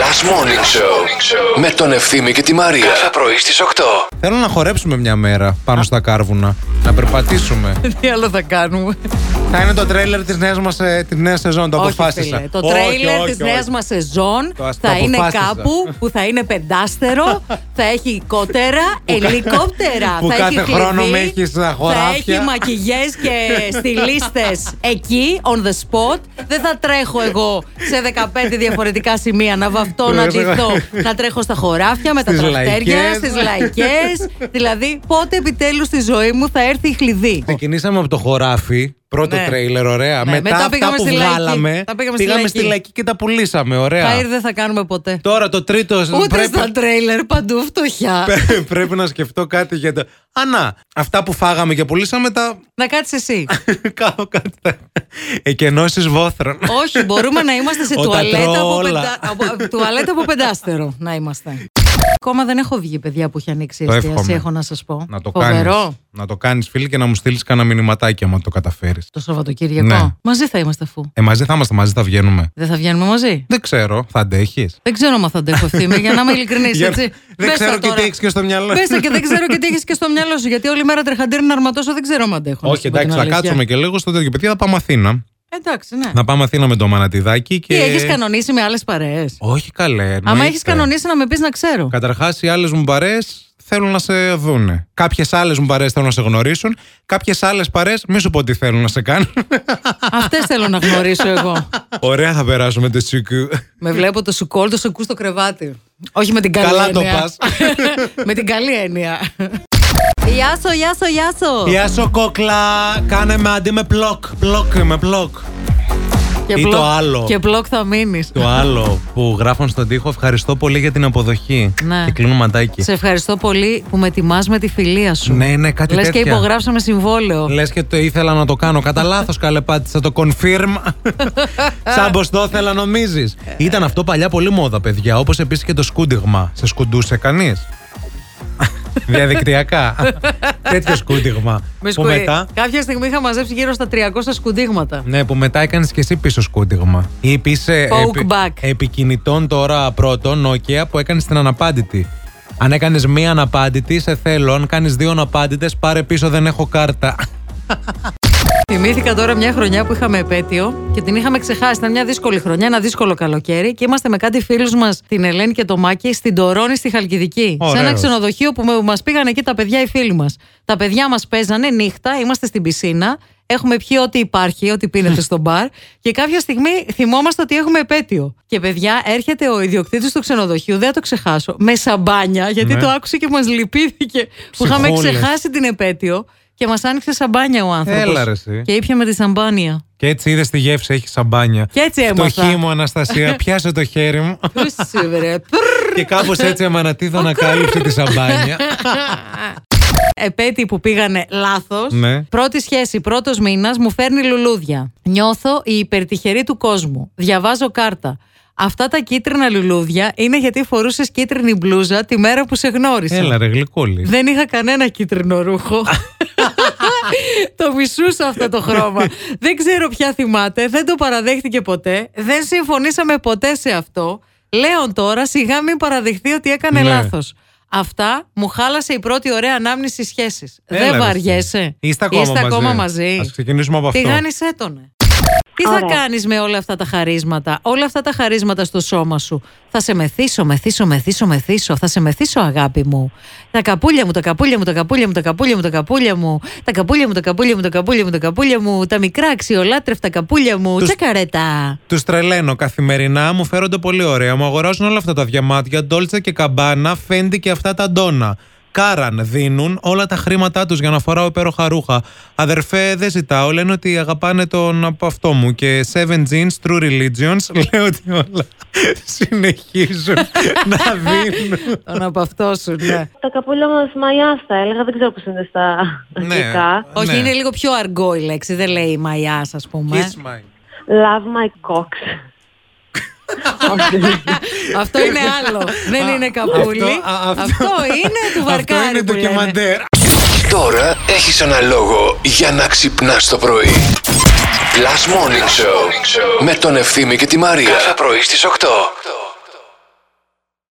Last Morning Show με τον Ευθύμη και τη Μαρία. Κάθε πρωί στις 8. Θέλω να χορέψουμε μια μέρα πάνω στα κάρβουνα. Να περπατήσουμε. Τι άλλο θα κάνουμε. Θα είναι το τρέλερ της νέας μας ε, της νέας σεζόν. Το Όχι, αποφάσισα. φίλε. Το Όχι, τρέιλερ όχι, της όχι. νέας μας σεζόν Το ας- θα το είναι αποφάσισα. κάπου που θα είναι πεντάστερο, θα έχει κότερα, ελικόπτερα. που θα κάθε έχει χρόνο κλειδί, με έχεις στα Θα χωράφια. έχει μακιγιές και στυλίστε εκεί, on the spot. Δεν θα τρέχω εγώ σε 15 διαφορετικά σημεία να βαφτώ, να Τρέχω. ντυθώ, να τρέχω στα χωράφια με τα Στις τραχτέρια, λαϊκές. στις λαϊκές. Δηλαδή, πότε επιτέλους στη ζωή μου θα έρθει η χλειδί. Ξεκινήσαμε από το χωράφι, πρώτο Ναι. τρέιλερ, ωραία. Ναι, Μετά, μετά αυτά πήγαμε που στη Λαϊκή. βγάλαμε, Τα πήγαμε στη Λαϊκή. και τα πουλήσαμε, ωραία. Χαίρ δεν θα κάνουμε ποτέ. Τώρα το τρίτο Ούτε πρέπει, στα τρέιλερ παντού φτωχιά. πρέπει να σκεφτώ κάτι για το... Α, να, αυτά που φάγαμε και πουλήσαμε τα... Να κάτσεις εσύ. Κάνω κάτι. Εκενώσεις βόθρων. Όχι, μπορούμε να είμαστε σε Ο τουαλέτα από, Τατρόλα. πεντα... από- τουαλέτα από πεντάστερο. Να είμαστε. Ακόμα δεν έχω βγει, παιδιά, που έχει ανοίξει η Το εστίαση, εύχομαι. έχω να σας πω. Να το Φοβερό. κάνεις. Να το κάνεις φίλοι και να μου στείλεις κανένα μηνυματάκι άμα το καταφέρεις. Το Σαββατοκύριακο. Ναι. Μαζί θα είμαστε αφού. Ε, μαζί θα είμαστε, μαζί θα βγαίνουμε. Δεν θα βγαίνουμε μαζί. Δεν ξέρω, θα αντέχεις. Δεν ξέρω αν θα αντέχω ευθύνη, για να είμαι ειλικρινής. Για- έτσι. Δεν Πες τα ξέρω και τώρα. τι έχεις και στο μυαλό. Πες τα και δεν ξέρω και τι έχεις και στο μυαλό σου. Γιατί όλη μέρα τρεχαντήρι να αρματώσω, δεν ξέρω αν αντέχω. να σου Όχι, πω την εντάξει, θα αλήθεια. κάτσουμε και λίγο στο τέτοιο. Παιδιά, θα πάμε Αθήνα. Εντάξει, ναι. Να πάμε Αθήνα με το μανατιδάκι και. Τι έχεις κανονίσει με άλλες παρέες. Όχι καλέ. Άμα έχεις κανονίσει να με πεις να ξέρω. Καταρχάς, οι άλλες μου παρέες θέλουν να σε δούνε. Κάποιες άλλες μου παρέες θέλουν να σε γνωρίσουν. Κάποιες άλλες παρέες, μη σου πω τι θέλουν να σε κάνουν. Αυτές θέλω να γνωρίσω εγώ. Ωραία θα περάσουμε το σίκου. με βλέπω το σου κόλ, το σου κου στο κρεβάτι. Όχι με την καλή Καλά το έννοια. πας. με την καλή έννοια. Γεια σου, γεια σου, γεια σου. Γεια σου κόκλα, κάνε με αντί με πλοκ. Πλοκ, με πλοκ. Και Ή μπλοκ- το άλλο. Και μπλοκ θα μείνεις. Το άλλο που γράφουν στον τοίχο, ευχαριστώ πολύ για την αποδοχή. Ναι. Και κλείνω μαντάκι. Σε ευχαριστώ πολύ που με τιμά με τη φιλία σου. Ναι, ναι, κάτι Λες και τέτοια. υπογράψαμε συμβόλαιο. Λες και το ήθελα να το κάνω. Κατά λάθος, καλέ πάτησα το confirm. Σαν πω το ήθελα, νομίζεις. Ήταν αυτό παλιά πολύ μόδα, παιδιά. Όπως επίσης και το σκούντιγμα. Σε σκουντούσε κανείς. Διαδικτυακά. Τέτοιο σκούντιγμα. Με που σκουί. μετά. Κάποια στιγμή είχα μαζέψει γύρω στα 300 σκουντίγματα. Ναι, που μετά έκανες και εσύ πίσω σκούντιγμα. Ή πίσω Poke back. επικινητών τώρα πρώτον, Nokia, που έκανες την αναπάντητη. Αν έκανες μία αναπάντητη, σε θέλω. Αν κάνεις δύο αναπάντητες, πάρε πίσω, δεν έχω κάρτα. Θυμήθηκα τώρα μια χρονιά που είχαμε επέτειο και την είχαμε ξεχάσει. Ήταν μια δύσκολη χρονιά, ένα δύσκολο καλοκαίρι και είμαστε με κάτι φίλους μας, την Ελένη και το Μάκη, στην Τωρώνη στη Χαλκιδική. Σε ένα Ωραίος. ξενοδοχείο που μα πήγαν εκεί τα παιδιά οι φίλοι μας. Τα παιδιά μας παίζανε νύχτα, είμαστε στην πισίνα, έχουμε πιει ό,τι υπάρχει, ό,τι πίνεται στο μπαρ και κάποια στιγμή θυμόμαστε ότι έχουμε επέτειο. Και παιδιά, έρχεται ο ιδιοκτήτης του ξενοδοχείου, δεν θα το ξεχάσω, με σαμπάνια, γιατί Ναι. το άκουσε και μας λυπήθηκε που είχαμε Ψυχούλες. ξεχάσει την επέτειο. Και μας άνοιξε σαμπάνια ο άνθρωπος. Έλα ρε εσύ. Και ήπια με τη σαμπάνια. Και έτσι είδες τη γεύση, έχει σαμπάνια. Και έτσι έμαθα. Το μου, Αναστασία, πιάσε το χέρι μου. Πούσου, βρε. Πρρρ. και κάπως έτσι αμανατίδα ανακάλυψε τη σαμπάνια. Επέτειοι που πήγανε λάθος. Ναι. Πρώτη σχέση, πρώτος μήνας, μου φέρνει λουλούδια. Νιώθω η υπερτυχερή του κόσμου. Διαβάζω κάρτα. Αυτά τα κίτρινα λουλούδια είναι γιατί φορούσες κίτρινη μπλούζα τη μέρα που σε γνώρισα. Έλα ρε γλυκόλη. Δεν είχα κανένα κίτρινο ρούχο. το μισούσα αυτό το χρώμα. δεν ξέρω ποια θυμάται, δεν το παραδέχτηκε ποτέ. Δεν συμφωνήσαμε ποτέ σε αυτό. Λέω τώρα, σιγά μην παραδεχτεί ότι έκανε Ναι. λάθος. Αυτά μου χάλασε η πρώτη ωραία ανάμνηση σχέσης. Έλα, ρε, Δεν βαριέσαι. Είστε ακόμα μαζί. Ας ξεκινήσουμε από αυτό. Τηγάνισέ τον. ε. Τι θα κάνεις με όλα αυτά τα χαρίσματα, όλα αυτά τα χαρίσματα στο σώμα σου. Θα σε μεθύσω, μεθύσω, μεθύσω, μεθύσω. Θα σε μεθύσω, αγάπη μου. Τα καπούλια μου, τα καπούλια μου, τα καπούλια μου, τα καπούλια μου, τα καπούλια μου. Τα καπούλια μου, τα καπούλια μου, τα καπούλια μου, τα καπούλια μου. Τα μικρά αξιολάτρευτα καπούλια μου. Τους- Τσεκαρέτα. Τους τρελαίνω καθημερινά, μου φέρονται πολύ ωραία. Μου αγοράζουν όλα αυτά τα διαμάτια, ντόλτσα και καμπάνα, φέντι και αυτά τα ντόνα. Κάραν δίνουν όλα τα χρήματά τους για να φοράω υπέροχα ρούχα. Αδερφέ, δεν ζητάω. Λένε ότι αγαπάνε τον από αυτό μου. Και Seven Jeans, True Religions. Λέω ότι όλα συνεχίζουν να δίνουν. Τον από αυτό σου, ναι. Τα καπούλια μας μαλλιά θα έλεγα, δεν ξέρω πώς είναι στα Ναι. αγγλικά. Ναι. Όχι, είναι λίγο πιο αργό η λέξη. Δεν λέει μαγιά, ας πούμε. Kiss my. Love my cox. Αυτό είναι άλλο. Δεν είναι καπούλι. α, αυτό- Αυτό είναι του βαρκάρι. Αυτό είναι που λένε. ντοκιμαντέρ. Τώρα έχεις ένα λόγο για να ξυπνάς το πρωί. Last Morning Show με τον Ευθύμη και τη Μαρία. Κάθε πρωί στις 8.